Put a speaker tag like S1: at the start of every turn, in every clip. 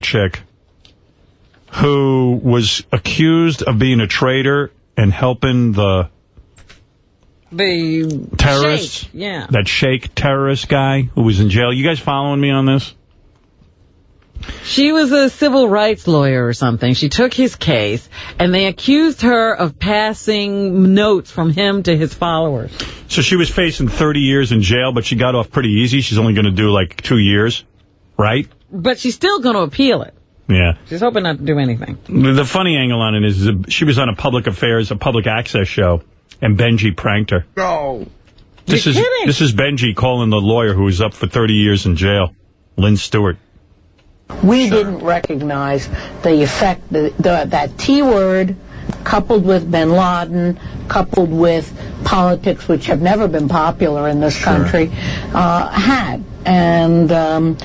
S1: chick who was accused of being a traitor and helping the
S2: The
S1: terrorists,
S2: shake, yeah.
S1: that Sheikh terrorist guy who was in jail. You guys following me on this?
S2: She was a civil rights lawyer or something. She took his case, and they accused her of passing notes from him to his followers.
S1: So she was facing 30 years in jail, but she got off pretty easy. She's only going to do like two years, right?
S2: But she's still going to appeal it.
S1: Yeah.
S2: She's hoping not to do anything.
S1: The the funny angle on it is, is she was on a public affairs, a public access show, and Benji pranked her.
S3: No.
S1: This
S2: You're
S1: is
S2: kidding.
S1: this is Benji calling the lawyer who was up for 30 years in jail, Lynn Stewart.
S4: we didn't recognize the effect the, the, that T word coupled with bin Laden, coupled with politics which have never been popular in this country, uh, had. And um,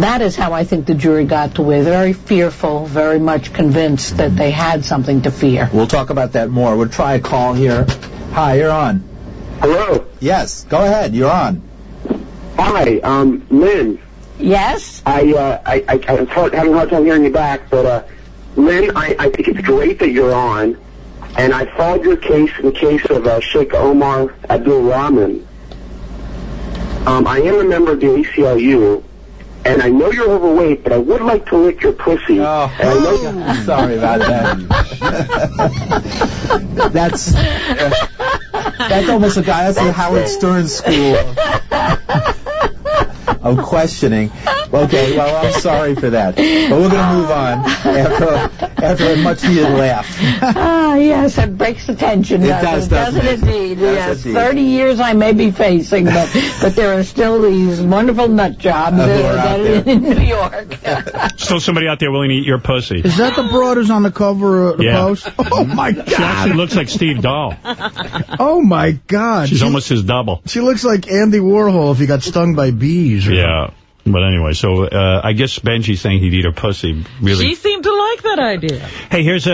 S4: that is how I think the jury got to it. Very fearful, very much convinced that they had something to fear.
S3: We'll talk about that more. We'll try a call here. Hi, you're on.
S5: Hello.
S3: Yes, go ahead. You're on.
S5: Hi, um, Lynn.
S4: Yes?
S5: I, uh, I, I, I was hard, having a hard time hearing you back, but, uh, Lynn, I, I think it's great that you're on, and I followed your case in the case of, uh, Sheikh Omar Abdul Rahman. Um, I am a member of the ACLU, and I know you're overweight, but I would like to lick your pussy.
S3: Oh,
S5: and I know,
S3: sorry about that. that's that's almost a guy. That's a Howard Stern school of questioning. Okay, well, I'm sorry for that, but we're gonna move on after after a much needed laugh.
S4: Ah, yes, it breaks the tension,
S3: It
S4: doesn't
S3: does,
S4: it?
S3: doesn't it?
S4: indeed,
S3: Does
S4: yes.
S3: indeed.
S4: 30 years I may be facing, but, but there are still these wonderful nut jobs
S3: Uh, Who
S4: that,
S3: are
S4: that
S3: out
S4: are
S3: there.
S4: in New York.
S1: Still somebody out there willing to eat your pussy.
S6: Is that the broad who's on the cover of the
S1: Yeah.
S6: post? Oh my
S1: She actually
S6: god!
S1: looks like Steve Dahl.
S6: Oh my god!
S1: She's
S6: she,
S1: almost his double.
S6: she looks like Andy Warhol if he got stung by bees. or-
S1: Yeah. But anyway, so uh, I guess Benji's saying he'd eat her pussy. Really?
S2: She seemed to like that idea.
S1: hey, here's a